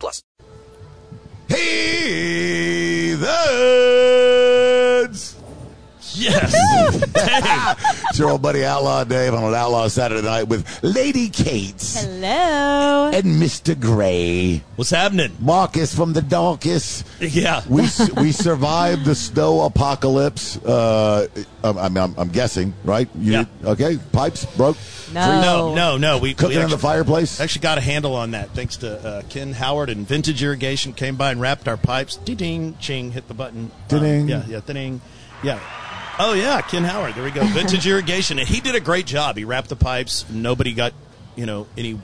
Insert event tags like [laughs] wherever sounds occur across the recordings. plus. Hey, that's Yes. it's your old buddy Outlaw Dave on an Outlaw Saturday night with Lady Kate Hello. and Mr. Gray. What's happening? Marcus from the Darkest. Yeah. We s- [laughs] we survived the snow apocalypse. Uh, I'm, I'm, I'm- I'm guessing, right? You Yeah. did- okay, pipes broke. No. No, no, no. We, we Cooking in actually, the fireplace. actually got a handle on that thanks to uh, Ken Howard and Vintage Irrigation came by and wrapped our pipes. Ding, ding, ching, hit the button. Um, Ding. yeah, yeah, ding. Yeah. Oh, yeah, Ken Howard. There we go. [laughs] Vintage Irrigation. And he did a great job. He wrapped the pipes. Nobody got, you know, any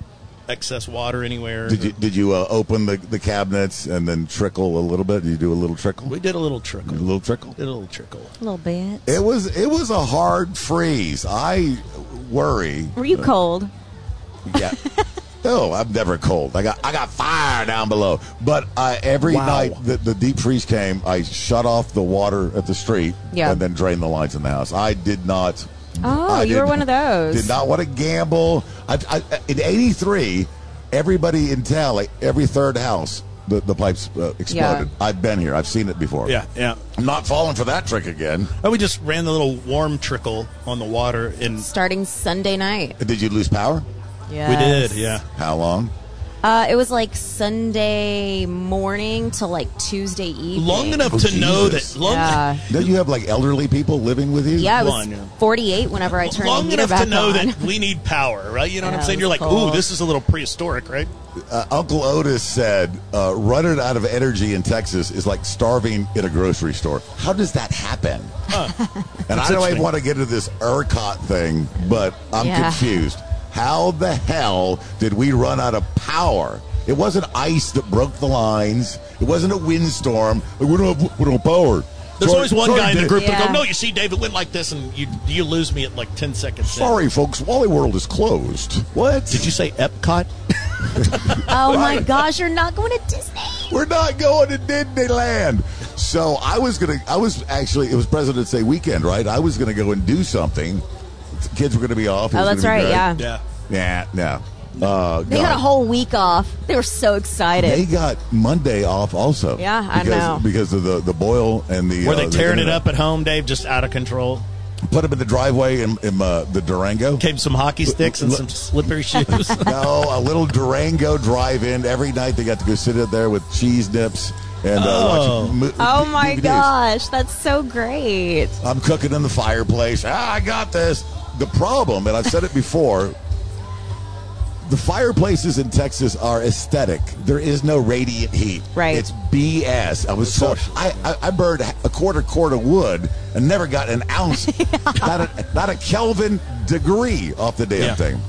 excess water anywhere. Did you did you uh, open the, the cabinets and then trickle a little bit? Did you do a little trickle? we did a little a trickle. little trickle. Did a little trickle. A little bit. It was it was a hard freeze. I worry. Were you cold? [laughs] Yeah. No, I'm never cold. I got I got fire down below. But uh, every Wow. night that the deep freeze came, I shut off the water at the street Yeah. and then drained the lines in the house. I did not. Oh, I you were did- one of those. Did not want to gamble. I, I, in '83, everybody in town, like every third house, the, the pipes uh, exploded. I've been here. I've seen it before. Yeah, yeah. I'm not falling for that trick again. Oh, we just ran the little warm trickle on the water and starting Sunday night. Did you lose power? Yeah. we did, yeah. How long? Uh, it was like Sunday morning to like Tuesday evening. Long enough Oh, to know Jesus. that. Long, Yeah. Don't you have like elderly people living with you? Yeah, I was Long, yeah. 48 whenever I turned long the heater enough back to know on. that we need power, right? You know what Yeah, I'm saying? it You're was like, cold. ooh, this is a little prehistoric, right? Uh, Uncle Otis said, uh, running out of energy in Texas is like starving in a grocery store. How does that happen? and I don't even want to get into this ERCOT thing, but I'm Yeah. confused. How the hell did we run out of power? It wasn't ice that broke the lines. It wasn't a windstorm. Like, we don't have, we don't have power. There's Sorry- always one sorry, guy in the Dave. group that Yeah. go, no, you see, David went like this, and you you lose me at like 10 seconds. in." Sorry, folks. Wally World is closed. What? Did you say [laughs] Epcot? [laughs] oh my gosh, you're not going to Disney. We're not going to Disneyland. So I was gonna. I was actually. It was President's Day weekend, right? I was gonna go and do something. Kids were gonna be off. It Oh, was that's gonna be right. Yeah. Yeah. great. Yeah. No. Uh, They got a whole week off. They were so excited. They got Monday off also. Yeah, I because, know. Because of the the boil and the. Were uh, they the tearing it internet. up at home, Dave, just out of control? Put them in the driveway in, in uh, the Durango. Came some hockey sticks and some slippery shoes. [laughs] [laughs] No, a little Durango drive-in every night. They got to go sit out there with cheese dips and uh, Oh. watch. mo- oh my DVDs. gosh, that's so great. I'm cooking in the fireplace. Ah, I got this. The problem, and I've said it before, the fireplaces in Texas are aesthetic. There is no radiant heat. Right. It's BS. I was so I, I I burned a quarter quart of wood and never got an ounce, not a not a Kelvin degree off the damn Yeah. thing.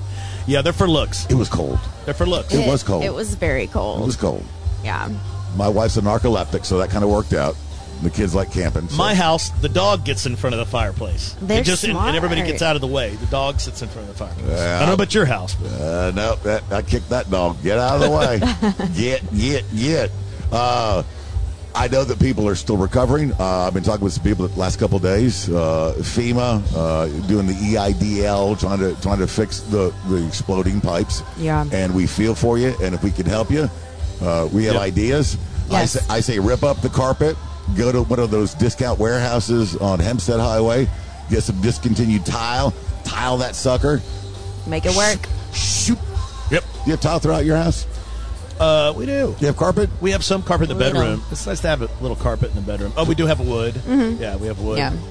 yeah, they're for looks. It was cold. They're for looks. It was cold. It was very cold. It was cold. yeah. My wife's a narcoleptic, so that kind of worked out. The kids like camping. so- My house, the dog gets in front of the fireplace. It They're just, and- And everybody smart. gets out of the way. The dog sits in front of the fireplace. I don't know about your house, but Uh, no, that, I kicked that dog. Get out of the [laughs] way. get, get, get. Uh, I know that people are still recovering. Uh, I've been talking with some people the last couple of days. Uh, FEMA uh, doing the EIDL, trying to trying to fix the, the exploding pipes. Yeah. And we feel for you, and if we can help you, uh, we have Yeah. ideas. Yes. I, say, I say rip up the carpet, go to one of those discount warehouses on Hempstead Highway, get some discontinued tile, tile that sucker, Make [laughs] it work. Oh, shoot yep. do you have tile throughout your house? Uh, we do. Do you have carpet? We have some carpet in the Little. bedroom. It's nice to have a little carpet in the bedroom. Oh, we do have a wood. Yeah, we have wood. Mm-hmm.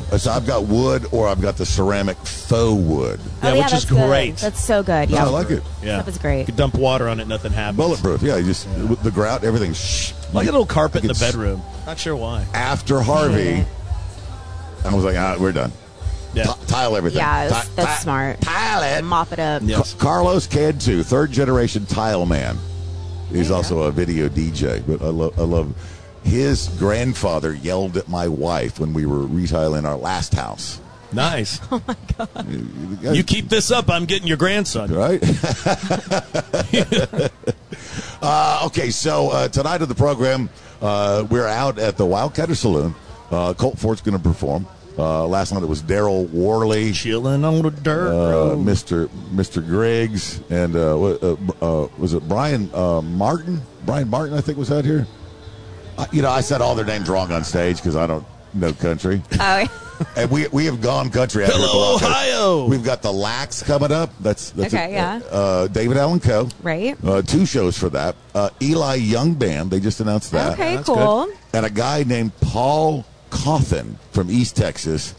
Yeah. Uh, So I've got wood or I've got the ceramic faux wood. Yeah, oh, which yeah, is that's good. great. That's so good. Yeah. I like it. Yeah. That was great. You could dump water on it, nothing happens. Bulletproof. Yeah, you just with the grout, everything. Shh. like a little carpet in the Like it's- bedroom. Not sure why. After Harvey, I was like, ah, we're done. Yeah. T- tile everything. Yeah, that's- Ti- that's ti- smart. Tile it. Mop it up. Yeah. Ca- Carlos Cantu, third generation tile man. He's also a video DJ, but I love I love his grandfather yelled at my wife when we were retailing our last house. [laughs] Nice. You keep this up, I'm getting your grandson. right? [laughs] uh, okay, so uh, tonight of the program, uh, we're out at the Wildcatter Saloon. Uh, Colt Ford's going to perform. Uh, last night it was Daryl Worley, Chilling on the dirt uh, road. Mr. Mr. Griggs, and uh, wa- uh, uh, was it Brian uh, Martin? Brian Martin, I think, was out here. I, you know, I said all their names wrong on stage because I don't know country. Oh, And we we have gone country. out here at the Hello, Wildcat. Ohio. We've got the Lax coming up. That's, that's Okay, yeah. Uh, David Allen Co. Right. Uh, two shows for that. Uh, Eli Young Band. They just announced that. okay, that's cool. And a guy named Paul Coffin from East Texas.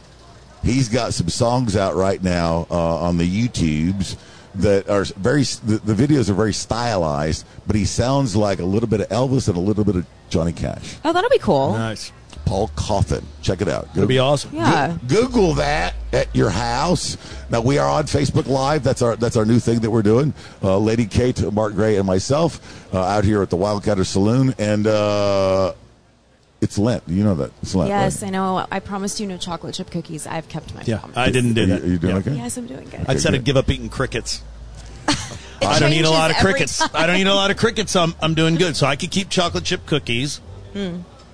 He's got some songs out right now uh, on the YouTubes that are very. The, the videos are very stylized, but he sounds like a little bit of Elvis and a little bit of Johnny Cash. Oh, that'll be cool. Nice. Paul Coffin. Check it out. It'll be awesome. Yeah. Go- Google that at your house. Now we are on Facebook Live. That's our that's our new thing that we're doing. Uh, Lady Kate, Mark Gray, and myself uh, out here at the Wildcatter Saloon, and uh, it's Lent. You know that it's Lent. Yes, right? I know. I promised you no chocolate chip cookies. I've kept my Yeah, promise. I didn't do Are you, that. are you doing Yeah. okay? yes, I'm doing good. I'd said good. I'd give up eating crickets. It I don't eat a changes lot of every crickets. time. I don't eat a lot of crickets. So I'm, I'm doing good. So I could keep chocolate chip cookies. I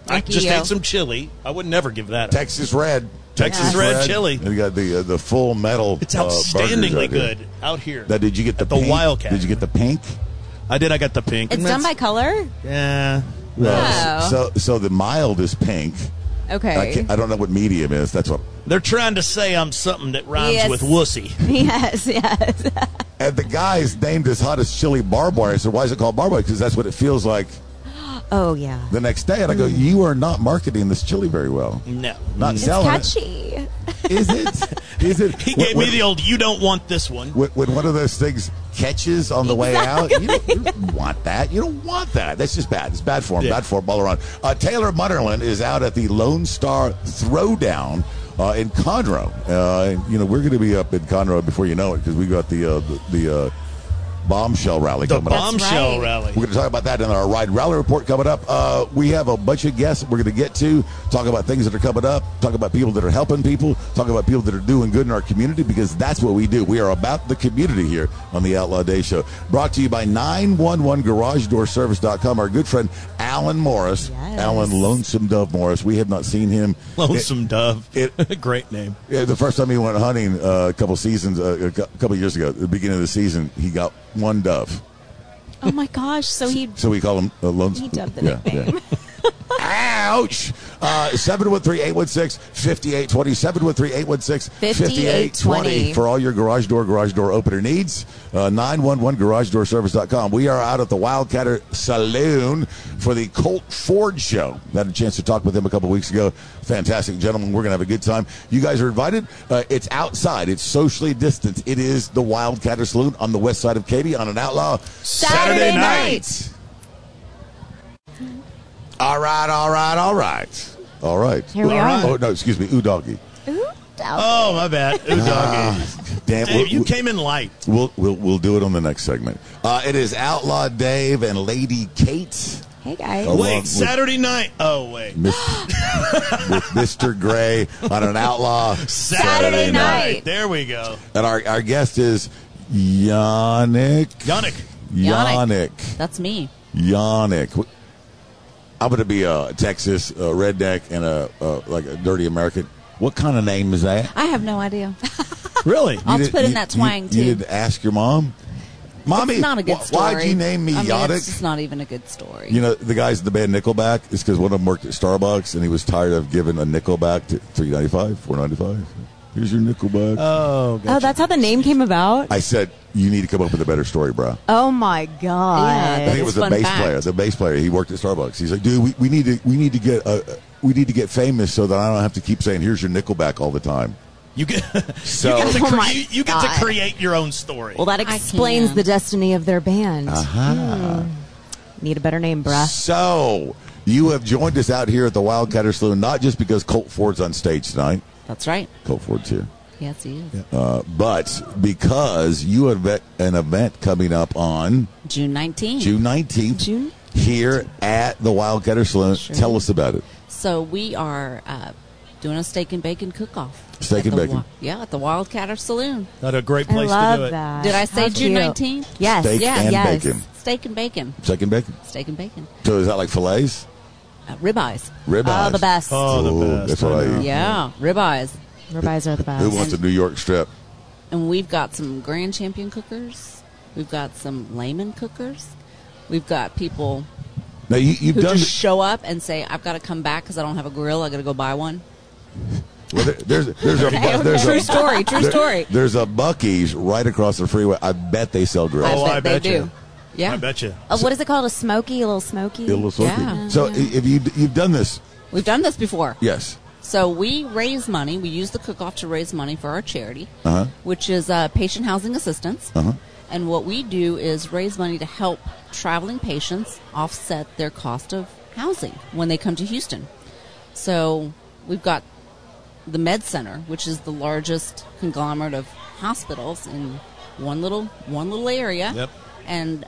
Lucky just Hmm. you. ate some chili. I would never give that up. Texas Red. Texas Red chili. And you got the uh, the full metal. it's uh, burgers out outstandingly here. good out here. Now, did you get the At the pink? Wildcat. Did you get the pink? I did. I got the pink. It's done by color? Yeah. Wow. Uh, So so the mild is pink. I, Okay. can't, I don't know what medium is. That's what They're trying to say I'm something that rhymes Yes. with wussy. [laughs] Yes, yes. And the guy's named his hottest chili barbwire. I said, why is it called barbwire? Because that's what it feels like Oh, yeah. the next day. And I go, Hmm. you are not marketing this chili very well. No. Not It's selling catchy. it. Is [laughs] it? Is it? He When- gave when, me the old, you don't want this one. When, when one of those things catches on the way out, you don't, you don't want that. You don't want that. That's just bad. It's bad form. Yeah. Bad form all around. Uh, Taylor Mutterland is out at the Lone Star Throwdown. Uh, in Conroe, uh, and, you know we're going to be up in Conroe before you know it because we got the uh, the, the uh, bombshell rally The coming up. bombshell right. rally. We're going to talk about that in our Ride Rally report coming up. Uh, we have a bunch of guests that we're going to get to, talk about things that are coming up, talk about people that are helping people, talk about people that are doing good in our community because that's what we do. We are about the community here on the Outlaw Day Show. Brought to you by 911GarageDoorService.com. Our good friend Alan Morris, Yes. Alan Lonesome Dove Morris. We have not seen him. Lonesome Dove. it- [laughs] Great name. Yeah, the first time he went hunting uh, a couple seasons, uh, a cou- couple years ago, at the beginning of the season, he got one dove. Oh, my gosh. [laughs] So he. So we call him uh, Lonesome. He dubbed the Yeah, nickname. yeah. [laughs] Ouch! Uh, 713-816-5820. 713-816-5820. For all your garage door, garage door opener needs, uh, 911garagedoorservice.com. We are out at the Wildcatter Saloon for the Colt Ford Show. Had a chance to talk with him a couple weeks ago. Fantastic gentleman. We're going to have a good time. You guys are invited. Uh, it's outside. It's socially distanced. It is the Wildcatter Saloon on the west side of Katy on an outlaw Saturday night. all right, all right, all right. All right. Here we All are. Oh, no, excuse me. Ooh, doggy. Ooh, dog. Oh, my bad. [laughs] Ooh, doggy. Damn, Dave, we'll, you came in light. we'll, we'll, we'll do it on the next segment. Uh, it is Outlaw Dave and Lady Kate. Hey, guys. Oh, Wait, with- Saturday night. Oh, wait. Mr. with Mr. Gray on an outlaw. Saturday night. There we go. And our, our guest is Yannick. [laughs] Yannick. Yannick. That's me. Yannick. I'm going to be a Texas uh redneck and a, uh like a dirty American. What kind of name is that? I have no idea. Really? I'll did- put in that twang, you, too. You didn't ask your mom, [laughs] mommy. It's not a good wh- story. Why'd you name me I mean, It's Yannick? just not even a good story. You know, the guys in the band Nickelback is because one of them worked at Starbucks and he was tired of giving a nickel back to three ninety five, four ninety five. Here's your nickel back. Oh, that's how the name came about? I said you need to come up with a better story, bro. Oh, my Yeah, I God. think it was It's the Uh, fun bass fact. player. The bass player. He worked at Starbucks. He's like, dude, we, we need to we need to get uh, we need to get famous so that I don't have to keep saying here's your nickel back all the time. You get, [laughs] So- you get, to, Oh cre- my you, you get to God. create your own story. Well, that I explains can. the destiny of their band. Hmm. Ah. Need a better name, bruh. So you have joined us out here at the Wildcatter Saloon, not just because Colt Ford's on stage tonight. That's right. Colt Ford's here. Yes, he is. Uh, but because you have a- an event coming up on June 19th. June 19th Hmm. June? here at the Wildcatter Saloon, Sure. tell us about it. So we are uh, doing a steak and bacon cook-off. Steak at and the bacon. Wi- yeah, at the Wildcatter Saloon. Not a great place I love to do it. that. Did I say How June cute. 19th? Uh, Yes. Steak yes, and yes. bacon. Steak and bacon. Steak and bacon. Steak and bacon. So is that like fillets? Uh, ribeyes. Ribeyes. Oh, the best. Oh, the Ooh, best. that's what I know. eat. Yeah, ribeyes. Ribeyes are the best. Who wants a New York strip? And we've got some grand champion cookers. We've got some layman cookers. We've got people Now you, you've who done. just show up and say, "I've got to come back because I don't have a grill. I got to go buy one." well, there- there's there's [laughs] a bu- there's True a story. True there- story. There's a Bucky's right across the freeway. I bet they sell grills. Oh, I bet they bet you. do. Yeah, I bet you. Uh, what is it called? A smoky, a little smoky. It looks funky. Yeah. So i- if you you've done this, we've done this before. yes. So we raise money. We use the cook-off to raise money for our charity, Uh-huh. which is uh, patient housing assistance. Uh-huh. And what we do is raise money to help traveling patients offset their cost of housing when they come to Houston. So we've got the Med Center, which is the largest conglomerate of hospitals in one little one little area. Yep. And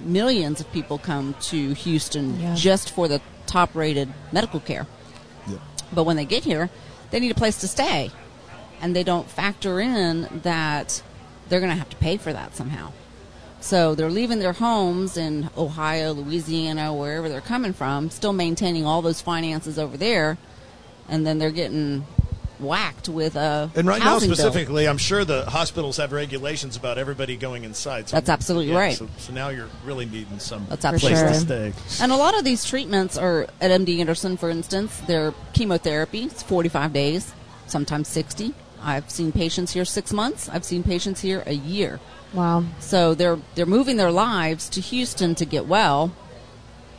millions of people come to Houston Yeah. just for the top rated medical care. But when they get here, they need a place to stay. And they don't factor in that they're going to have to pay for that somehow. So they're leaving their homes in Ohio, Louisiana, wherever they're coming from, still maintaining all those finances over there. And then they're getting whacked with a And right now, housing bill. specifically, I'm sure the hospitals have regulations about everybody going inside. So That's absolutely yeah, right. So, so now you're really needing some That's place absolutely to right. stay. And a lot of these treatments are at MD Anderson, for instance, their chemotherapy, it's 45 days, sometimes 60. I've seen patients here six months. I've seen patients here a year. Wow. So they're they're moving their lives to Houston to get well,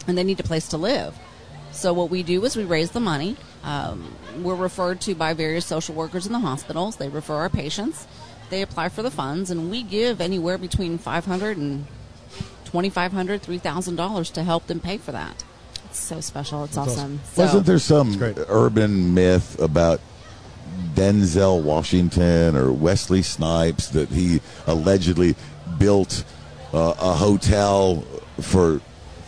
and they need a place to live. So what we do is we raise the money. Um, we're referred to by various social workers in the hospitals. They refer our patients. They apply for the funds, and we give anywhere between five hundred and twenty five hundred, three thousand dollars to help them pay for that. It's so special. It's awesome. So- Wasn't there some great. urban myth about Denzel Washington or Wesley Snipes that he allegedly built uh, a hotel for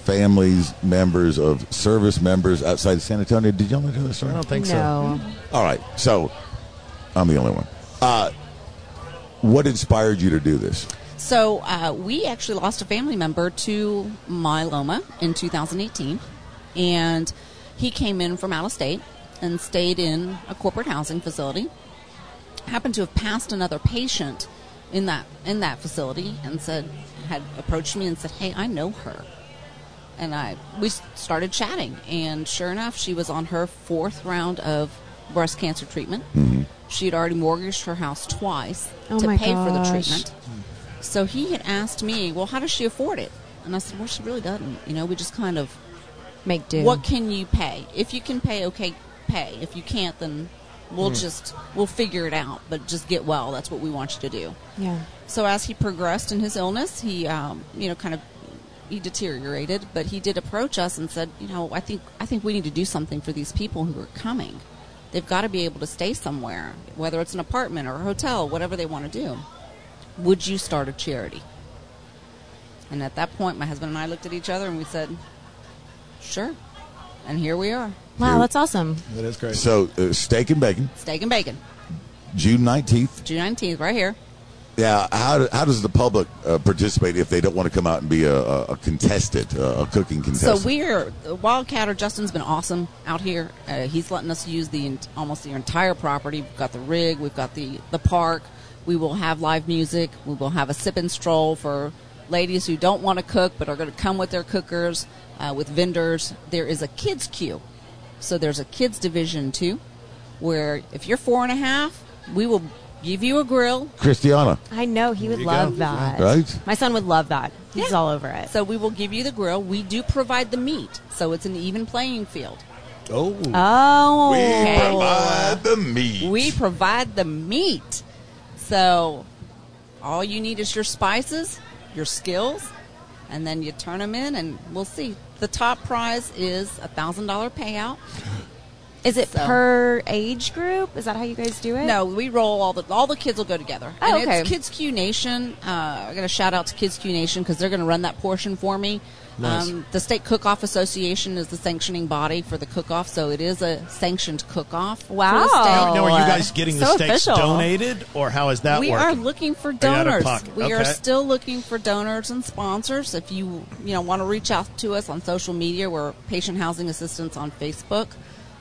families, members of service members outside San Antonio? Did y'all know this story? I don't think so. no. All right, so I'm the only one. Uh, what inspired you to do this? So uh, we actually lost a family member to myeloma in 2018, and he came in from out of state and stayed in a corporate housing facility. Happened to have passed another patient in that in that facility, and said had approached me and said, "Hey, I know her." And I we s- started chatting, and sure enough, she was on her fourth round of breast cancer treatment. She had already mortgaged her house twice Oh to my pay for the gosh. treatment. So he had asked me, well, how does she afford it? And I said, well, she really doesn't. You know, we just kind of, Make do. what can you pay? If you can pay, okay, pay. If you can't, then we'll just, we'll figure it out, but just get well. That's what we want you to do. Yeah. So as he progressed in his illness, he, um, you know, kind of, he deteriorated, but he did approach us and said, you know, I think, I think we need to do something for these people who are coming. They've got to be able to stay somewhere, whether it's an apartment or a hotel, whatever they want to do. Would you start a charity? And at that point, my husband and I looked at each other and we said, sure. And here we are, Wow, that's awesome. That is great. So, uh, Steak and Bacon, steak and bacon, June 19th. June 19th, right here. Yeah, how, do, how does the public uh, participate if they don't want to come out and be a, a, a contestant, uh, a cooking So contestant? we're Wildcatter. Justin's been awesome out here. Uh, he's letting us use the en- almost the entire property. We've got the rig. We've got the the park. We will have live music. We will have a sip and stroll for ladies who don't want to cook but are going to come with their cookers, uh, with vendors. There is a kids queue, so there's a kids division too, where if you're four and a half, we will give you a grill. Christiana. I know he would you love go. that. Right? My son would love that. He's Yeah. all over it. So we will give you the grill. We do provide the meat, so it's an even playing field. Oh, oh. provide the meat. We provide the meat. So all you need is your spices, your skills, and then you turn them in and we'll see. The top prize is a $1,000 payout. [laughs] Is it So- per age group? Is that how you guys do it? No, we roll all the all the kids will go together. Oh, and okay. it's Kids Q Nation. Uh, I got to shout out to Kids Q Nation because they're going to run that portion for me. Um, Nice. the State Cook Off Association is the sanctioning body for the cook off, so it is a sanctioned cook off. Wow. Now, now, are you guys getting the So steaks official. donated, or how is that uh, we working? are looking for you out of donors. pocket? We Okay. are still looking for donors and sponsors. If you you know want to reach out to us on social media, we're Patient Housing Assistance on Facebook.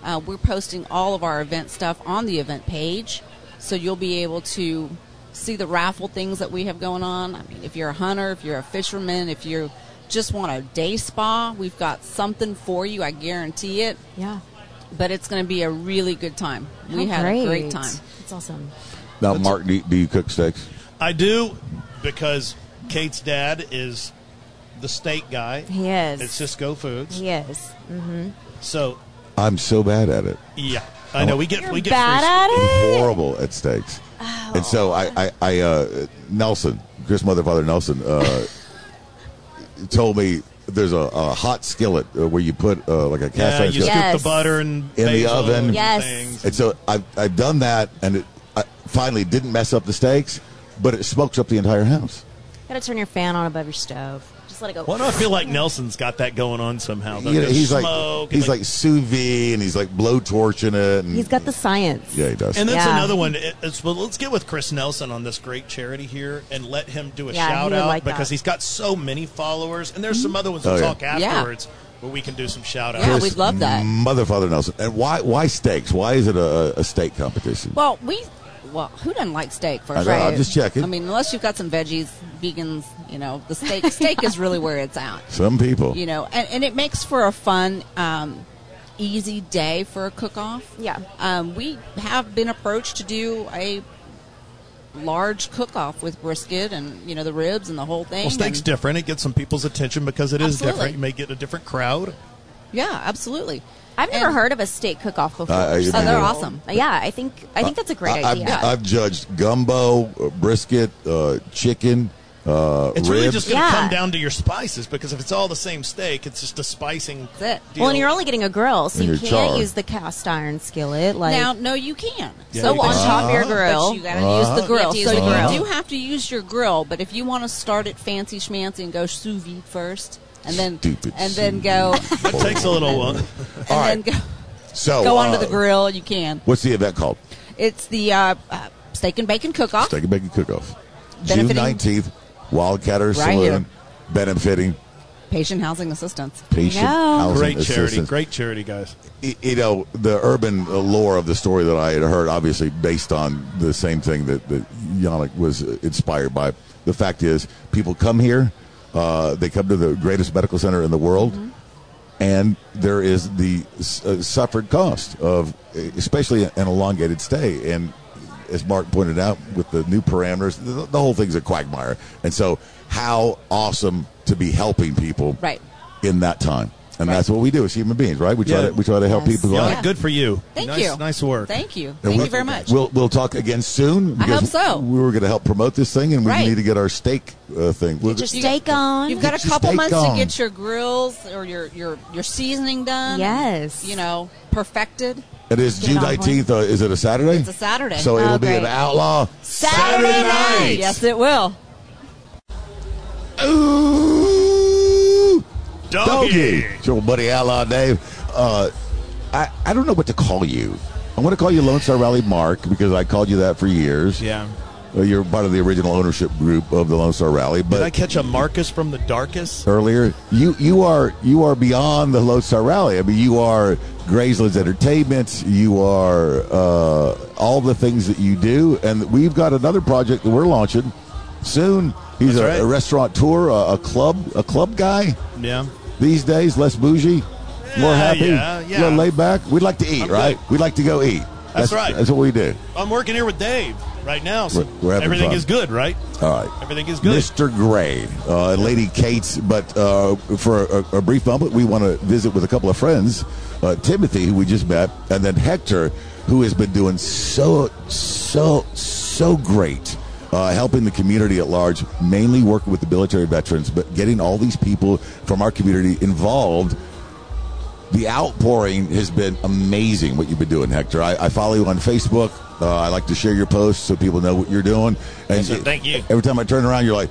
Uh, we're posting all of our event stuff on the event page, so you'll be able to see the raffle things that we have going on. I mean, if you're a hunter, if you're a fisherman, if you just want a day spa, we've got something for you. I guarantee it. Yeah. But it's going to be a really good time. We How had a great time. It's awesome. Now, Mark, do, do you cook steaks? I do because Kate's dad is the steak guy. He is. It's Cisco Foods. He is. So I'm so bad at it. yeah, I know we get You're we get bad free at it. I'm horrible at steaks. Oh. And so I, I, I uh, Nelson, Chris' mother, father Nelson, [laughs] uh, told me there's a, a hot skillet uh, where you put uh, like a cast Yeah, iron you skillet. scoop Yes. the butter and In the basil oven. and Yes. things. And so I've, I've done that, and it I finally didn't mess up the steaks, but it smokes up the entire house. Gotta turn your fan on above your stove. Just let it go. Why do I feel like Nelson's got that going on somehow? though? You know, he's Smoke like and, he's like sous vide, and he's like blow torching it. And, He's got the science. yeah, he does. And that's Yeah. another one. It- It's, well, let's get with Chris Nelson on this great charity here and let him do a Yeah, he shout would out like because that. he's got so many followers. And there's some other ones Oh, we'll yeah. talk Yeah. afterwards where we can do some shout outs. Yeah, we'd love that. Mother, father Nelson, and why why steaks? Why is it a, a steak competition? Well, we well, who doesn't like steak? I First, know, I'm right? just checking. I mean, unless you've got some veggies, vegans, you know, the steak steak is really where [laughs] it's at. Some people. You know, and, and it makes for a fun, um, easy day for a cook off. Yeah. um, we have been approached to do a large cook off with brisket and you know the ribs and the whole thing. Well, steak's and- different. It gets some people's attention because it is different. Absolutely. You may get a different crowd. Yeah, absolutely. I've never And- heard of a steak cook-off before. Uh, I- so Oh, they're awesome. Yeah, I think I think that's a great I, I've, idea. I've judged gumbo, uh, brisket, uh, chicken, uh, ribs. It's really just going to Yeah. come down to your spices because if it's all the same steak, it's just a spicing. That's it. Deal. Well, and you're only getting a grill, so And you your can't char. use the cast iron skillet. Like now, no, you can. Yeah, so you on can. top of your Uh-huh. grill, But you you got gotta to use the You grill. have to use so the grill. you do have to use your grill. But if you want to start at fancy schmancy and go sous vide first, and then Stupid and then sous go It takes a little [laughs] uh, while. and All then right. go So go onto uh, the grill, you can. What's the event called? It's the uh, uh, steak and bacon cook off. Steak and Bacon Cook-Off. June Benefiting- 19th, Wildcatter Right Saloon, here. benefiting Patient housing assistance. patient Yeah. housing Great charity. assistance. Great charity, guys. Y- You know, the urban uh, lore of the story that I had heard, obviously based on the same thing that, that Yannick was uh, inspired by. The fact is, people come here, uh, they come to the greatest medical center in the world, and there is the s- uh, suffered cost of, uh, especially an elongated stay. And as Mark pointed out, with the new parameters, the, the whole thing's a quagmire. And so, how awesome to be helping people Right. in that time. And that's what we do as human beings, right? We try Yeah. to we try to help Yes. people. Yannick, out. good for you. Thank nice, you. Nice work. Thank you. And Thank we'll- you very much. We'll we'll talk again soon. because hope so. We were going to help promote this thing, and we Right. need to get our steak uh, thing. We'll- Get your You- steak on. You've got Get a your couple steak months on. to get your grills or your your your seasoning done. Yes. You know, perfected. it is Get June on one. nineteenth. Uh, is it a Saturday? It's a Saturday. Oh, So it'll be great. an outlaw Saturday night. Yes, it will. Ooh, Doggy. doggy. It's your buddy Outlaw Dave. Uh, I I don't know what to call you. I want to call you Lone Star Rally Mark because I called you that for years. Yeah. Uh, you're part of the original ownership group of the Lone Star Rally, but Did I catch a Marcus from the darkest? earlier. You you are you are beyond the Lone Star Rally. I mean, you are Graceland's Entertainment. You are uh, all the things that you do, and we've got another project that we're launching soon. He's a, That's right. a restaurateur, a, a club, a club guy Yeah. these days. Less bougie, more Yeah, happy, yeah, yeah. more laid back. We'd like to eat, I'm right? good. We'd like to go eat. That's right. That's what we do. I'm working here with Dave right now, so We're- we're having everything fun. is good, right? All right. Everything is good. Mr. Gray, uh, Lady Kate's, but uh, for a, a brief moment, we want to visit with a couple of friends uh, Timothy, who we just met, and then Hector, who has been doing so, so, so great. Uh, helping the community at large, mainly working with the military veterans, but getting all these people from our community involved the outpouring has been amazing. What you've been doing, Hector. I, I follow you on Facebook. Uh, I like to share your posts so people know what you're doing. And sir. Thank you. Every time I turn around, you're like,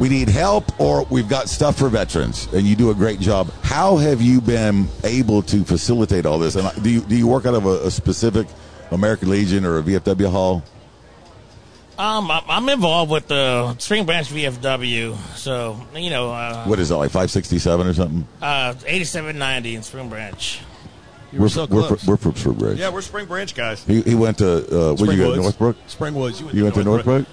"We need help," or "We've got stuff for veterans," and you do a great job. How have you been able to facilitate all this? And uh, do you do you work out of a, a specific American Legion or a VFW hall? Um, I- I'm involved with the Spring Branch VFW, so you know, uh, What is that like, five sixty seven or something? uh, 8790 in Spring Branch. You were so we're, close. we're from Spring Branch. yeah, we're Spring Branch guys. He, he went to uh, where you go Springwoods. Northbrook. Springwoods. You went to Northbrook.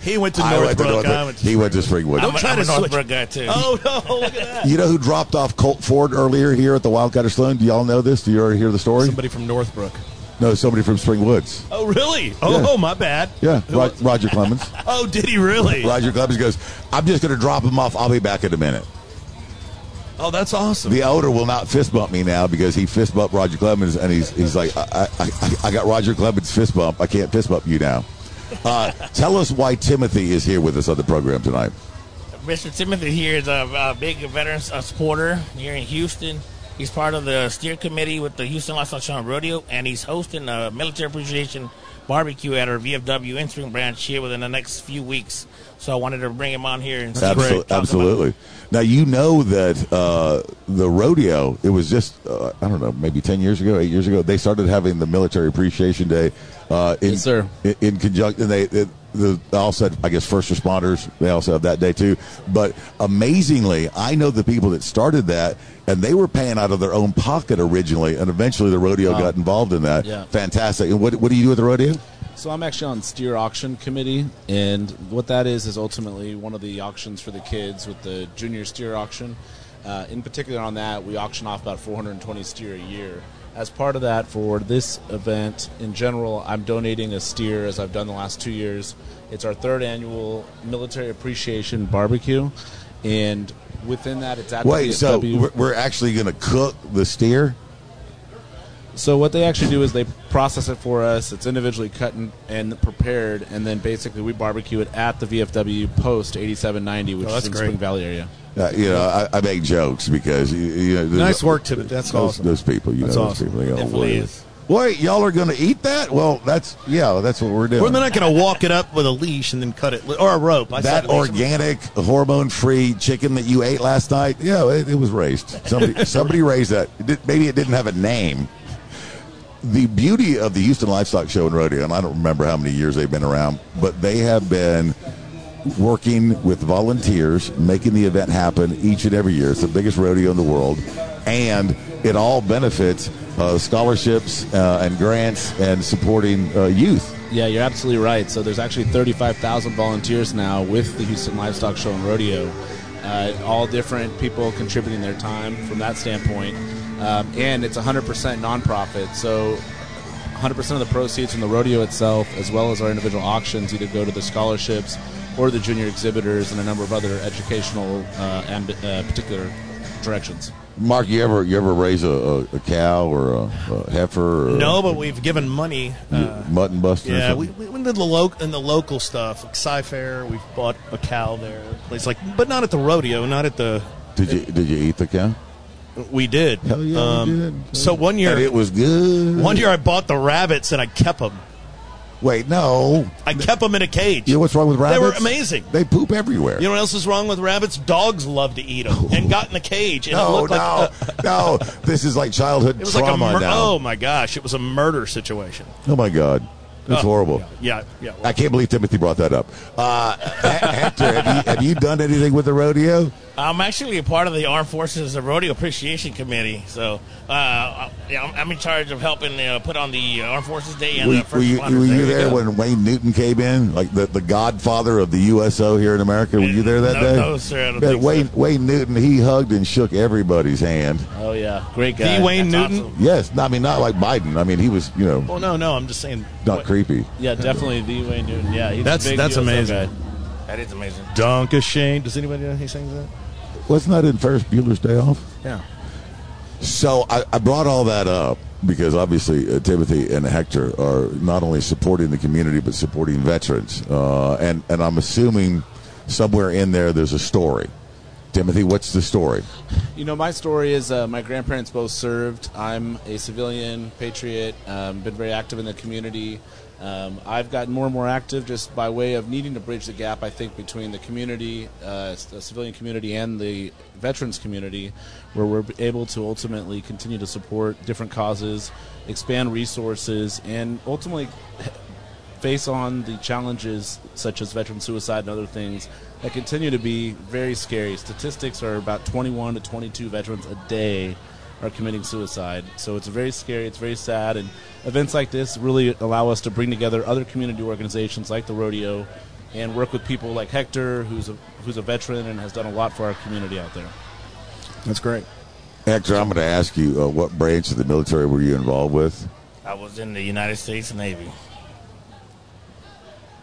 He went to I went to Northbrook. I Northbrook. went to He went to Springwood. Don't I'm, a- try I'm to a switch. Northbrook guy too. Oh no! Look at [laughs] that. You know who dropped off Colt Ford earlier here at the Wildcatter Saloon? Do y'all know this? Do you already hear the story? Somebody from Northbrook. No, somebody from Springwoods. Oh really? Oh, my bad. Yeah, Who Ro- else? Roger [laughs] Clemens. Oh, did he really? Roger Clemens goes, I'm just going to drop him off. I'll be back in a minute. Oh, that's awesome. The elder will not fist bump me now because he fist bumped Roger Clemens, and he's he's like, I, I, I, I got Roger Clemens fist bump. I can't fist bump you now. Uh, tell us why Timothy is here with us on the program tonight. Mr. Timothy here is a, a big veterans uh, supporter here in Houston. He's part of the steer committee with the Houston Lifestyle Show and Rodeo, and he's hosting a military appreciation barbecue at our VFW in Spring Branch here within the next few weeks. So I wanted to bring him on here and see what Absol- he talks about. absolutely. Now you know that uh, the rodeo. It was just uh, I don't know, maybe ten years ago, eight years ago. They started having the Military Appreciation Day. Uh, in, Yes, sir. In, in conjunction, they, they, the, they also had, I guess, first responders. They also have that day too. But amazingly, I know the people that started that, and they were paying out of their own pocket originally, and eventually the rodeo got involved in that. Yeah. Fantastic. And what what do you do with the rodeo? So I'm actually on steer auction committee, and what that is is ultimately one of the auctions for the kids with the junior steer auction. Uh, in particular, on that we auction off about 420 steer a year. As part of that, for this event in general, I'm donating a steer as I've done the last two years. It's our third annual military appreciation barbecue, and within that, it's at Wait, the so VFW. we're, we're actually going to cook the steer? So what they actually do is they process it for us. It's individually cut and, and prepared, and then basically we barbecue it at the VFW post 8790, which Oh, that's is in great. Spring Valley area. Uh, you know, I, I make jokes because you, you know, there's- Nice work, Tim. That's those, awesome. Those people, you That's know, awesome. those people. They don't Definitely worry. is. Wait, y'all are going to eat that? Well, that's yeah, that's what we're doing. Well, they're not going to walk it up with a leash and then cut it, or a rope. I that saw a leash. organic, hormone-free chicken that you ate last night, yeah, it, it was raised. Somebody, somebody raised that. It did- maybe it didn't have a name. The beauty of the Houston Livestock Show and Rodeo, and I don't remember how many years they've been around, but they have been working with volunteers, making the event happen each and every year. It's the biggest rodeo in the world, and it all benefits uh, scholarships uh, and grants and supporting uh, youth. Yeah, you're absolutely right. So there's actually 35,000 volunteers now with the Houston Livestock Show and Rodeo. Uh, all different people contributing their time from that standpoint. Um, and it's 100% nonprofit. So 100% of the proceeds from the rodeo itself, as well as our individual auctions, either go to the scholarships or the junior exhibitors and a number of other educational uh, and uh, particular directions. Mark, you ever you ever raise a, a, a cow or a, a heifer? Or No, but we've given money. Uh, mutton buster. or yeah, we, something? we went to the local in the local stuff, like Sci Fair. We've bought a cow there. Place like, but not at the rodeo. Not at the. did you did you eat the cow? We did. Hell yeah, we did. Um, So one year, And it was good. one year I bought the rabbits and I kept them. Wait, no. I kept them in a cage. You know what's wrong with They rabbits? were amazing. They poop everywhere. You know what else is wrong with rabbits? Dogs love to [laughs] eat them and got in the cage. And it no, looked no, like uh, no. This is like childhood [laughs] it was like a trauma mur- now. oh my gosh, it was a murder situation. Oh my god, that's Oh, horrible. Yeah, yeah. I can't believe Timothy brought that up. Uh, Hector, have you, have you done anything with the rodeo? I'm actually a part of the Armed Forces of Rodeo Appreciation Committee, so uh, I- yeah, I'm, I'm in charge of helping uh, put on the Armed Forces Day and Were, the were First you, Responders were Day. you there when Wayne Newton came in, like the, the godfather of the USO here in America? Were you there that No, day? no, sir, I don't Man, think so. Wayne Wayne Newton, he hugged and shook everybody's hand. Oh, yeah. Great The Wayne That's Newton. awesome. Yes, no, I mean not like Biden. I mean he was, you know, Well, Oh, no, no. I'm just saying. not What- creepy. Yeah, definitely the Wayne Newton. Yeah, he's That's- a big that's USO amazing. guy. That is amazing. Dunk of shame. Does anybody know he sings that? Wasn't that in Ferris Bueller's Day Off? Yeah. So I, I brought all that up because obviously uh, Timothy and Hector are not only supporting the community but supporting veterans, uh, and and I'm assuming somewhere in there there's a story. Timothy, what's the story? You know, my story is uh, my grandparents both served. I'm a civilian patriot. Um, been very active in the community. Um, I've gotten more and more active just by way of needing to bridge the gap, I think, between the community, uh, s- the civilian community, and the veterans community, where we're able to ultimately continue to support different causes, expand resources, and ultimately face on the challenges such as veteran suicide and other things that continue to be very scary. Statistics are about 21 to 22 veterans a day are committing suicide. So it's very scary, it's very sad, and events like this really allow us to bring together other community organizations like the rodeo and work with people like Hector who's a, who's a veteran and has done a lot for our community out there. That's great. Hector, I'm going to ask you uh, what branch of the military were you involved with? I was in the United States Navy.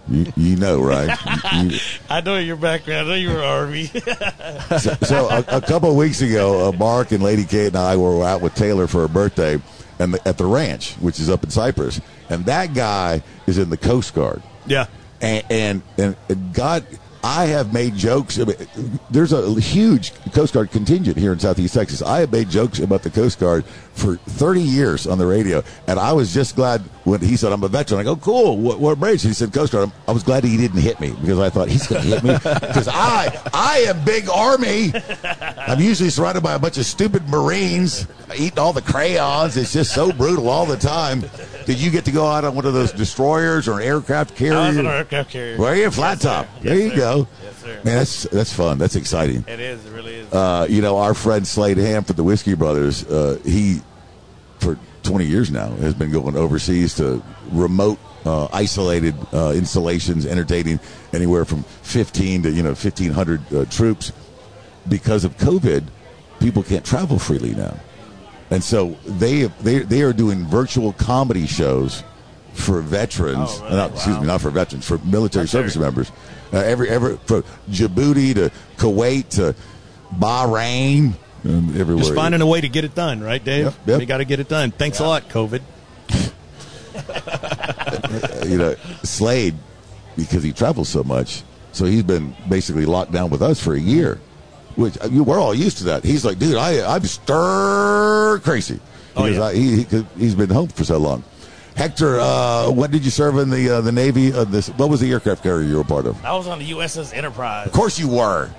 You, you know, right? You- you- I know your background. I know you were Army. so, so a, a couple of weeks ago, uh, Mark and Lady Kate and I were out with Taylor for her birthday, and the, at the ranch, which is up in Cypress, and that guy is in the Coast Guard, Yeah. and and, and, and God. I have made jokes. I mean, There's a huge Coast Guard contingent here in Southeast Texas. I have made jokes about the Coast Guard for 30 years on the radio, and I was just glad when he said I'm a veteran. I go, cool. What, what branch? He said Coast Guard. I'm- I was glad he didn't hit me because I thought he's going to hit me because I I am big army. I'm usually surrounded by a bunch of stupid Marines eating all the crayons. It's just so brutal all the time. Did you get to go out on one of those destroyers or an aircraft carrier? I was an aircraft carrier. Where are you? Flat top. there you sir. go. Yes, sir. Man, that's that's fun. That's exciting. It is. It really is. Uh, you know, our friend Slade Ham from the Whiskey Brothers, uh, he for 20 years now has been going overseas to remote, uh, isolated uh, installations, entertaining anywhere from 15 to you know 1,500 uh, troops. Because of COVID, people can't travel freely now, and so they they they are doing virtual comedy shows for veterans. Oh, really? Not, Excuse me, not for veterans, for military Military. service members. Uh, every every from Djibouti to Kuwait to Bahrain, and everywhere. Just finding a way to get it done, right, Dave? Yep, yep. We got to get it done. Thanks a lot, COVID. you know, Slade, because he travels so much, so he's been basically locked down with us for a year, which uh, you- we're all used to that. He's like, dude, I, I'm stir crazy Oh, because yeah. I, he, he, could- he's been home for so long. Hector, uh, what did you serve in the uh, the Navy? Uh, this what was the aircraft carrier you were part of? Of I was on the USS Enterprise. course you were.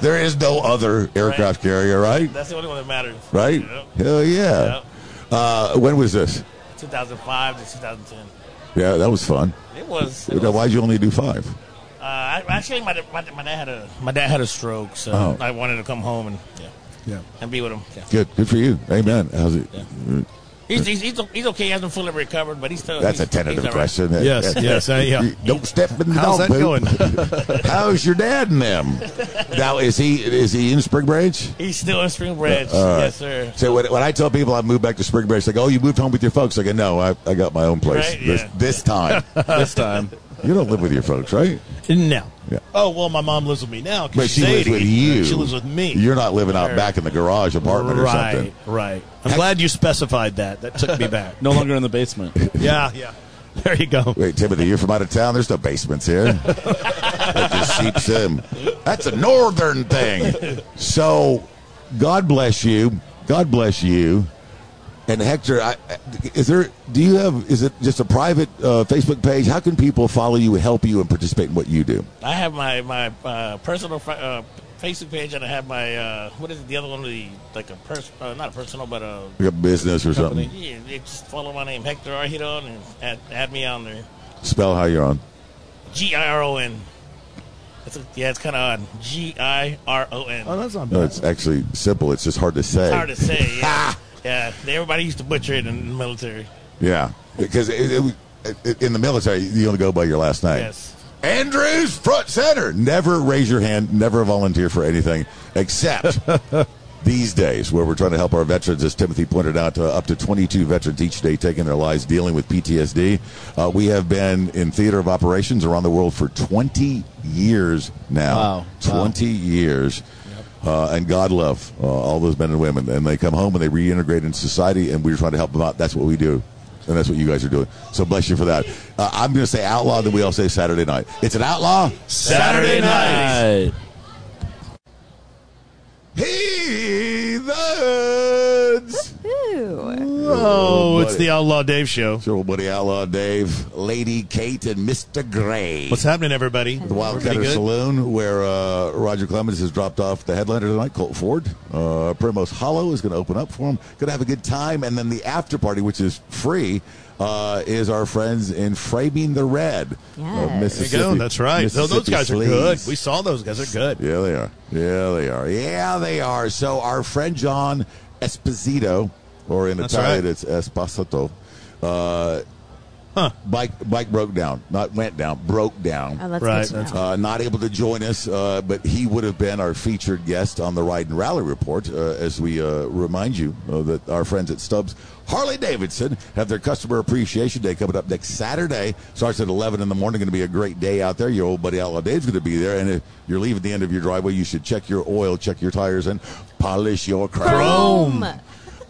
there is no other aircraft carrier, right? That's the only one that matters. Right? Yep. Hell yeah. Yep. Uh, when was this? 2005 to 2010. Yeah, that was fun. It was. It was uh, Why'd you only do five? I, actually, my, my, my dad had a my dad had a stroke, so Oh. I wanted to come home and yeah, Yeah. and be with him. Yeah. Good, good for you. Amen. How's it? He's, he's, he's, o- he's okay. He hasn't fully recovered, but he's still. That's a he's- tentative he's all right. question. [laughs] Yes, yes, uh, yeah. Don't step in the How's dog that poop. [laughs] How's your dad and them? Now is he is he in Spring Branch? He's still in Spring Branch. Yes, sir. So when, when I tell people I moved back to Spring Branch, they go, "Oh, you moved home with your folks?" I go, "No, I, I got my own place Right, this, yeah. this [laughs] time. this time. you don't live with your folks, right? Now. Yeah. Oh, well, my mom lives with me now. 'cause But she she's lives 80. with you. She lives with me. You're not living out back in the garage apartment right, or something. right. I'm glad you specified that. That took me back. No longer in the basement. [laughs] yeah, yeah. There you go. Wait, Timothy, you're from out of town. There's no basements here. that just seeps in. That's a northern thing. So, God bless you. God bless you. And Hector, I, I- is there? Do you have? Is it just a private uh, Facebook page? How can people follow you, help you, and participate in what you do? I have my my uh, personal fr- uh, Facebook page, and I have my uh, what is it, the other one? The like a person, uh, not a personal, but a Like a business or something? Mm-hmm. yeah. they Just follow my name, Hector Arhidon, and add, add me on there. Spell how you're on. G I R O N. It's a- Yeah, it's kind of odd. G I R O N. that's not No, it's actually simple. It's just hard to say. Ah! It's hard to say. Yeah, yeah. they- Everybody used to butcher it in the military. Yeah, because it, it, it, in the military, you only go by your last name. Yes. Andrews front center. Never raise your hand. Never volunteer for anything except these days where we're trying to help our veterans, as Timothy pointed out, uh, up to 22 veterans each day taking their lives dealing with PTSD. Uh, we have been in theater of operations around the world for 20 years now. Wow. 20 years. Uh, and God love uh, all those men and women. And they come home and they reintegrate in society, and we're trying to help them out. That's what we do. And that's what you guys are doing. So bless you for that. Uh, I'm going to say outlaw, then we all say Saturday night. It's an outlaw. Saturday night. Heathens. Ooh. Oh, it's buddy. the Outlaw Dave show. Sure, Buddy Outlaw, Dave, Lady Kate, and Mr. Gray. What's happening, everybody? the Wildcatter Pretty good. Saloon, where uh, Roger Clemens has dropped off the headliner tonight, Colt Ford. Uh, Primos Hollow is going to open up for him. Going to have a good time. And then the after party, which is free, uh, is our friends in Framing the Red. Yes. uh, There you Mississippi. go. That's right. Tho- Those Mississippi guys are Sleaze. good. We saw those guys are good. Yeah, they are. Yeah, they are. Yeah, they are. So our friend John Esposito, or in That's Italian, right. it's Esposito. Uh, Huh. Bike bike broke down, not went down, broke down. Oh, that's Right, good to that's- know. Uh, not able to join us, uh, but he would have been our featured guest on the Ride and Rally Report. Uh, as we uh, remind you uh, that our friends at Stubbs Harley Davidson have their Customer Appreciation Day coming up next Saturday. Starts at 11 in the morning. Going to be a great day out there. Your old buddy Outlaw Dave's going to be there. And if you're leaving the end of your driveway, you should check your oil, check your tires, and polish your chrome. Boom.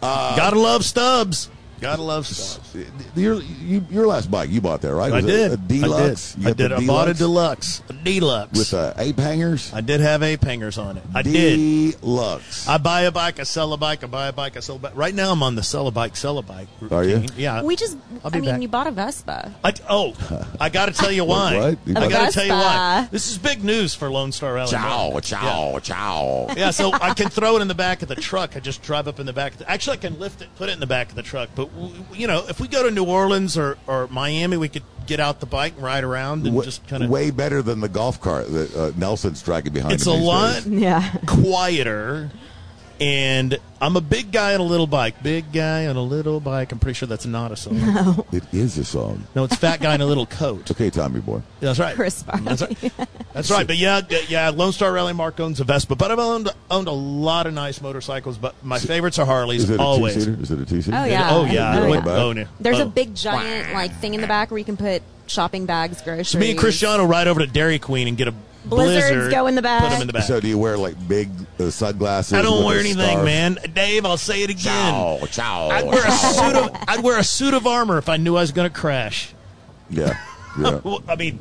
Gotta love Stubbs. Uh, Gotta love Stubbs. Your, you, your last bike you bought there, right? I Was it did. A deluxe. You I got the did. I did. I bought a deluxe deluxe. A deluxe. with uh, ape hangers. I did have ape hangers on it. I did. deluxe. I buy a bike, I sell a bike, I buy a bike, I sell a bike. Right now I'm on the sell a bike, sell a bike. Are you? routine. Yeah. We just, I'll I be mean, back. you bought a Vespa. I, oh, I got to tell you why. What? You I bought- got to tell you why. Vespa. This is big news for Lone Star Rally. Ciao, ciao, ciao. Yeah, so I can throw it in the back of the truck. I just drive up in the back. Of the, actually, I can lift it, put it in the back of the truck. But w- w- you know, if we go to New Orleans or, or Miami, we could get out the bike and ride around and Wa- just kind of. way better than the golf cart that uh, Nelson's dragging behind. It's a him these lot days. Yeah. quieter, and I'm a big guy on a little bike. Big guy on a little bike. I'm pretty sure that's not a song. No, It is a song. it's fat guy in a little coat. Okay, Tommy boy. That's right. Chris That's Farley. right. That's right. But yeah, d- yeah. Lone Star Rally Mark owns a Vespa, but I've owned owned a lot of nice motorcycles. But my favorites are Harleys. Is it a always. two-seater? Is it a two-seater? [laughs] Oh, yeah. Oh, Oh yeah. I yeah. went- oh, no. There's a Oh. big giant like thing in the back where you can put shopping bags, groceries. So me and Cristiano ride over to Dairy Queen and get a Blizzards blizzard. go in the back. Put them in the back. So do you wear like big uh, sunglasses? I don't with wear a anything, scarf? man. Dave, I'll say it again. Ciao, ciao. I'd [laughs] wear a ciao. suit of I'd wear a suit of armor if I knew I was going to crash. Yeah, [laughs] yeah. Well, I mean,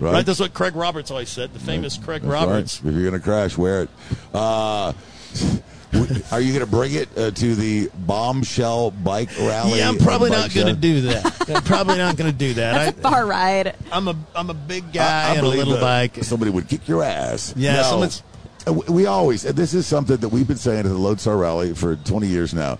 Right. right? That's what Craig Roberts always said. The famous Craig That's Roberts. right. If you're gonna crash, wear it. Uh, w- are you gonna bring it uh, to the bombshell bike rally? Yeah, I'm probably or bike not going to show? do that. [laughs] I'm probably not going to do that. I, far ride. I'm a I'm a big I- guy I and a believe little that bike. Somebody would kick your ass. uh, Yeah, someone's- We- We always, and this is something that we've been saying at the Lodestar Rally for 20 years now.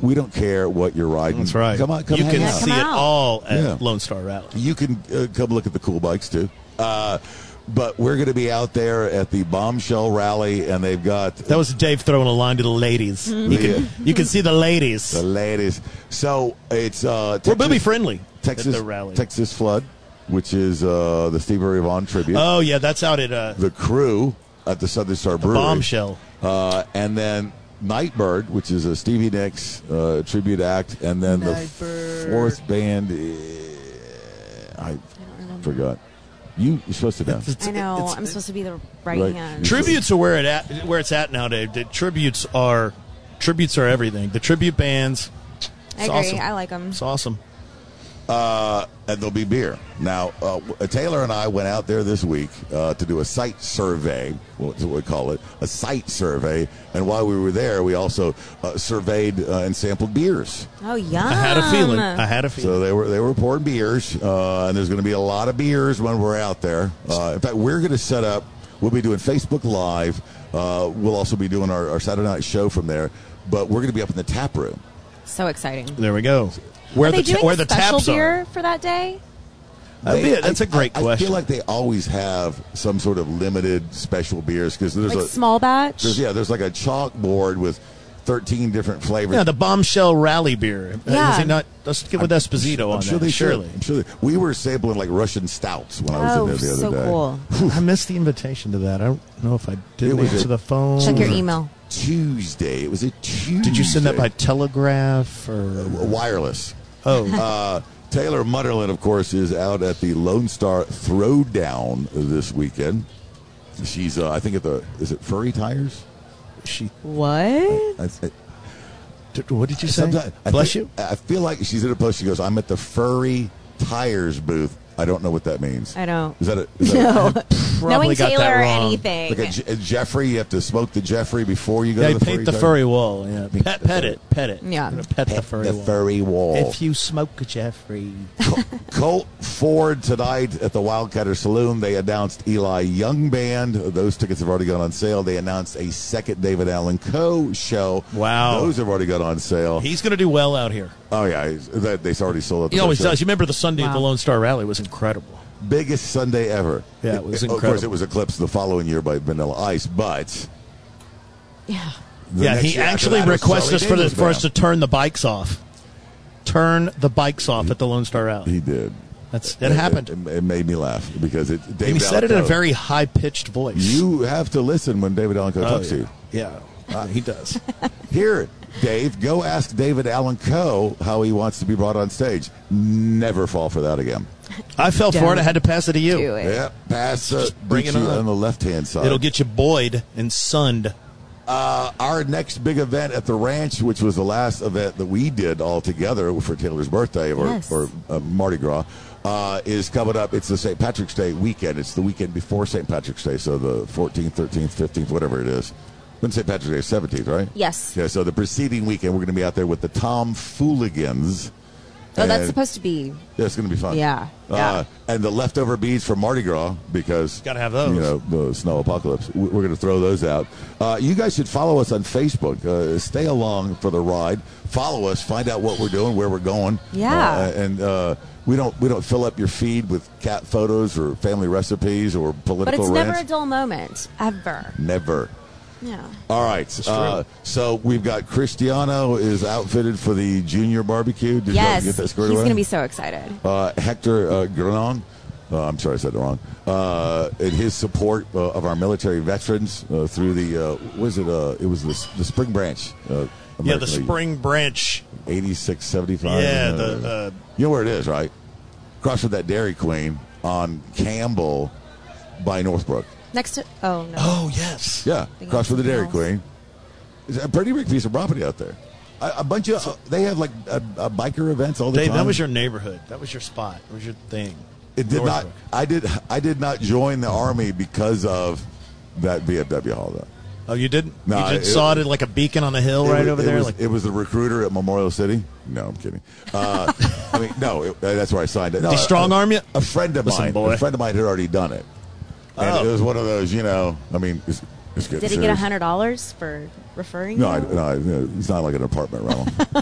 We don't care what you're riding. That's right. Come on, come you hang can out. see Come it out. all at Yeah. Lone Star Rally. You can uh, come look at the cool bikes too. Uh, but we're going to be out there at the Bombshell Rally, and they've got That was Dave throwing a line to the ladies. You Mm-hmm. can you can see the ladies. the ladies. So it's uh, We're Texas, booby friendly. Texas at the rally. Texas Flood, which is uh, the Stevie Ray Vaughan tribute. Oh yeah, that's out at uh, the crew at the Southern Star Brewery. Bombshell. Uh, and then Nightbird, which is a Stevie Nicks uh, tribute act. And then the fourth band, uh, I, forgot. You, you're supposed to know. I know. it's- I'm supposed to be the right, Right. hand. tributes are where it at where it's at now, Dave. The tributes are tributes are everything. The tribute bands. I it's agree. Awesome. I like 'em. It's awesome. and there'll be beer. Now, uh, Taylor and I went out there this week uh, to do a site survey. What's what we call it? A site survey. And while we were there, we also uh, surveyed uh, and sampled beers. Oh yum! I had a feeling. Um, I had a feeling. So they were they were pouring beers, uh, and there's going to be a lot of beers when we're out there. Uh, in fact, we're going to set up. We'll be doing Facebook Live. Uh, we'll also be doing our, our Saturday night show from there. But we're going to be up in the tap room. So exciting. there we go. Where are they the ta- doing where a the special taps beer are. for that day? That'd They- be it. Oh, That's I- a great I- I question. feel like they always have some sort of limited special beers because there's Like a small batch. there's, yeah there's like a chalkboard with 13 different flavors. yeah, the bombshell rally beer. Uh, Yeah. Is it not? Let's get with Esposito I'm on sure that. They Surely. Did. I'm sure they, we were sampling like Russian stouts when I was in oh, there the other so day. cool. I missed the invitation to that. I don't know if I did It was answer a- the phone. Check your or- email. Tuesday. It was a Tuesday. Uh, Did you send that by telegraph or? wireless? Oh, Uh, Taylor Mutterlin, of course, is out at the Lone Star Throwdown this weekend. She's, uh, I think, at the is it Furry Tires? she. What? I, I, did- What did you say? sometimes- I Bless think- you. I feel like she's at a post. She goes, "I'm at the Furry Tires booth." I don't know what that means. I don't. [laughs] Is that a? Is that a- probably Knowing got Taylor that or wrong. anything. Look at Je- Jeffrey. You have to smoke the Jeffrey before you go. They to the paint furry the jungle. furry wall. Yeah, pet, pet it, pet it. You're Yeah. gonna pet, the furry the wall. furry wall. If you smoke a Jeffrey, Colt Ford tonight at the Wildcatter Saloon. They announced Eli Young Band. Those tickets have already gone on sale. They announced a second David Allen Coe show. Wow. Those have already gone on sale. he's going to do well out here. oh, yeah. he's- They, they already sold out. the He always first does. You remember the Sunday at the Wow. Lone Star Rally was incredible. show. Biggest Sunday ever. Yeah, it was Of course, incredible. it was eclipsed the following year by Vanilla Ice, but. Yeah. the yeah, next he year after actually that was requested us Charlie for, the, Daniels for us to Band. turn the bikes off. Turn the bikes off at the Lone Star Rally. He did. That's that happened. It, it- it made me laugh because it. David and he said Allen it in a Coe- very high pitched voice. You have to listen when David Allen Coe Oh, talks to yeah. you. Yeah, Uh, he does. Here, Dave, go ask David Allen Coe how he wants to be brought on stage. Never fall for that again. I fell for it. I had to pass it to you. Do it. Yeah, pass uh, Just bring beat it you on. on the left hand side. It'll get you buoyed and sunned. uh, our next big event at the ranch, which was the last event that we did all together for Taylor's birthday or, Yes. or uh, Mardi Gras, uh, is coming up. It's the St. Patrick's Day weekend. It's the weekend before St. Patrick's Day, so the 14th, 13th, 15th, whatever it is. When St. Patrick's Day is 17th, right? Yes. Yeah, so the preceding weekend, we're going to be out there with the Tom Fooligans. Oh, that's And- supposed to be. Yeah, it's going to be fun. Yeah, yeah. Uh, and the leftover beads from Mardi Gras because Gotta have those. You know the snow apocalypse. We- We're going to throw those out. Uh, you guys should follow us on Facebook. Uh, stay along for the ride. Follow us. Find out what we're doing, where we're going. Yeah. Uh, and uh, we don't we don't fill up your feed with cat photos or family recipes or But it's political never a rants. dull moment. Ever. never. Yeah. All right. Uh, so we've got Cristiano is outfitted for the junior barbecue. Did yes. you get that He's squared away? going to be so excited. uh, Hector uh, Granon. Uh, I'm sorry, I said it wrong. Uh, in his support uh, of our military veterans uh, through the uh, was it uh, it was the, the Spring Branch. Uh, Yeah, the American Legion. spring branch. 8675. Yeah, the, uh, you know where it is, right? Across from that Dairy Queen on Campbell by Northbrook. Next to. Oh, no. [gasps] Oh yes. Yeah, Think across from the Dairy it's Queen. It's a pretty big piece of property out there. A, a bunch of they have like a, a biker events all the Dave, time. that was your neighborhood. That was your spot. That was your thing. It did not. Northbrook. I did. I did not join the army because of that VFW hall though. Oh, you didn't. No, you just it- saw it like a beacon on a hill It right was- over it there. was- like it was the recruiter at Memorial City. No, I'm kidding. Uh, [laughs] I mean, no, it, uh, that's where I signed it. No, They a- strong a- arm you? A friend of Listen, mine. boy. A friend of mine had already done it, and Oh. it was one of those. You know, I mean, it's, it's getting Did he get serious. $100 for referring No, I, you? no, I, no, it's not like an apartment [laughs] rental. [laughs]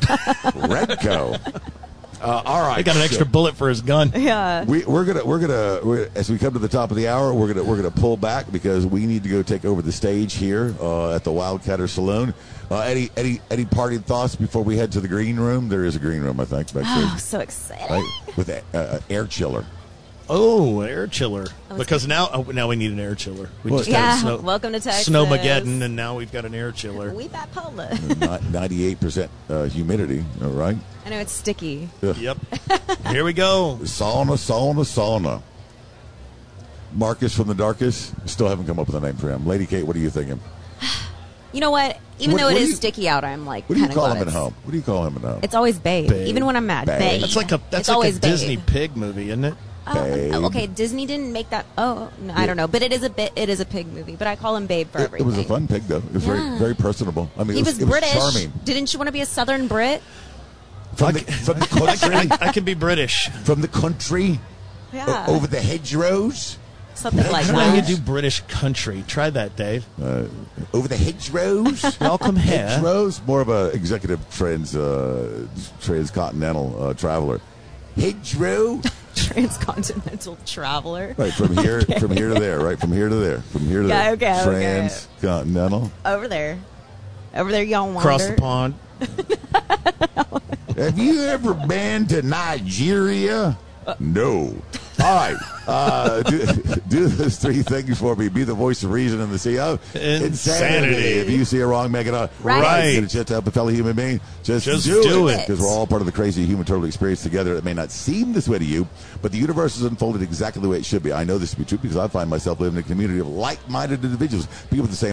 Redco. Uh, all right, I got an so- extra bullet for his gun. [laughs] Yeah. We, we're gonna we're gonna we're, as we come to the top of the hour, we're gonna we're gonna pull back because we need to go take over the stage here uh, at the Wildcatter Saloon. Uh, any any any parting thoughts before we head to the green room? There is a green room, I think, Oh, backstage, so excited. right? With a, uh, air chiller. Oh, an air chiller. let's Because now, oh, now we need an air chiller. We Well- just Yeah, had snow, welcome to Texas. snowmageddon, and now we've got an air chiller. We bat Paula. [laughs] Ninety-eight percent uh, humidity. All right. [laughs] I know it's sticky. Yep. Here we go. Sauna, sauna, sauna. Marcus from the Darkest. Still haven't come up with a name for him. Lady Kate, what are you thinking? You know what? Even What- though it what is do you- sticky out, I'm like What do you kind of call him at home? What do you call him at home? It's always babe. Babe. Even when I'm mad, Babe. babe. That's like a that's It's like a always babe. Disney pig movie, isn't it? Babe. Oh, okay, Disney didn't make that. Oh, no, I don't know, but it is a bit. It is a pig movie, but I call him Babe for It- it, everything. was a fun pig, though. It was very, Yeah. very personable. I mean, He it was, it British. charming. Didn't you want to be a Southern Brit? From the, [laughs] from the country, I can be [laughs] British. from the country, o- Yeah, over the hedgerows, [laughs] something like Now you that. do British country. Try that, Dave. Uh, over the [laughs] hedgerows. Welcome here. hedgerows, more of a executive trans uh, transcontinental uh, traveler. [laughs] Hedgerow, [laughs] Transcontinental traveler. right from here, from here to there, right from here to there, from here to Yeah, there. okay, okay. Transcontinental. Over there, over there, y'all wander. Across the pond. Have you ever been to Nigeria? No. All right. Uh, do, do those three things for me. Be the voice of reason in the sea of Insanity. If you see a wrong, make it up. Right. Get a chance to help a fellow human being. Just, Just do, do it. it. Because we're all part of the crazy human turtle experience together. It may not seem this way to you, but the universe is unfolded exactly the way it should be. I know this to be true because I find myself living in a community of like-minded individuals, people with the same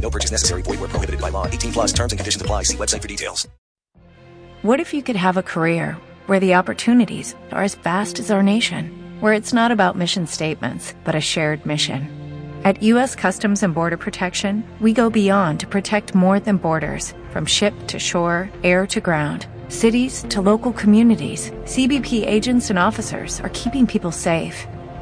No purchase necessary. Void where prohibited by law. 18 plus terms and conditions apply. See website for details. What if you could have a career where the opportunities are as vast as our nation, where it's not about mission statements, but a shared mission? At U.S. Customs and Border Protection, we go beyond to protect more than borders from ship to shore, air to ground. Cities to local communities, CBP agents and officers are keeping people safe.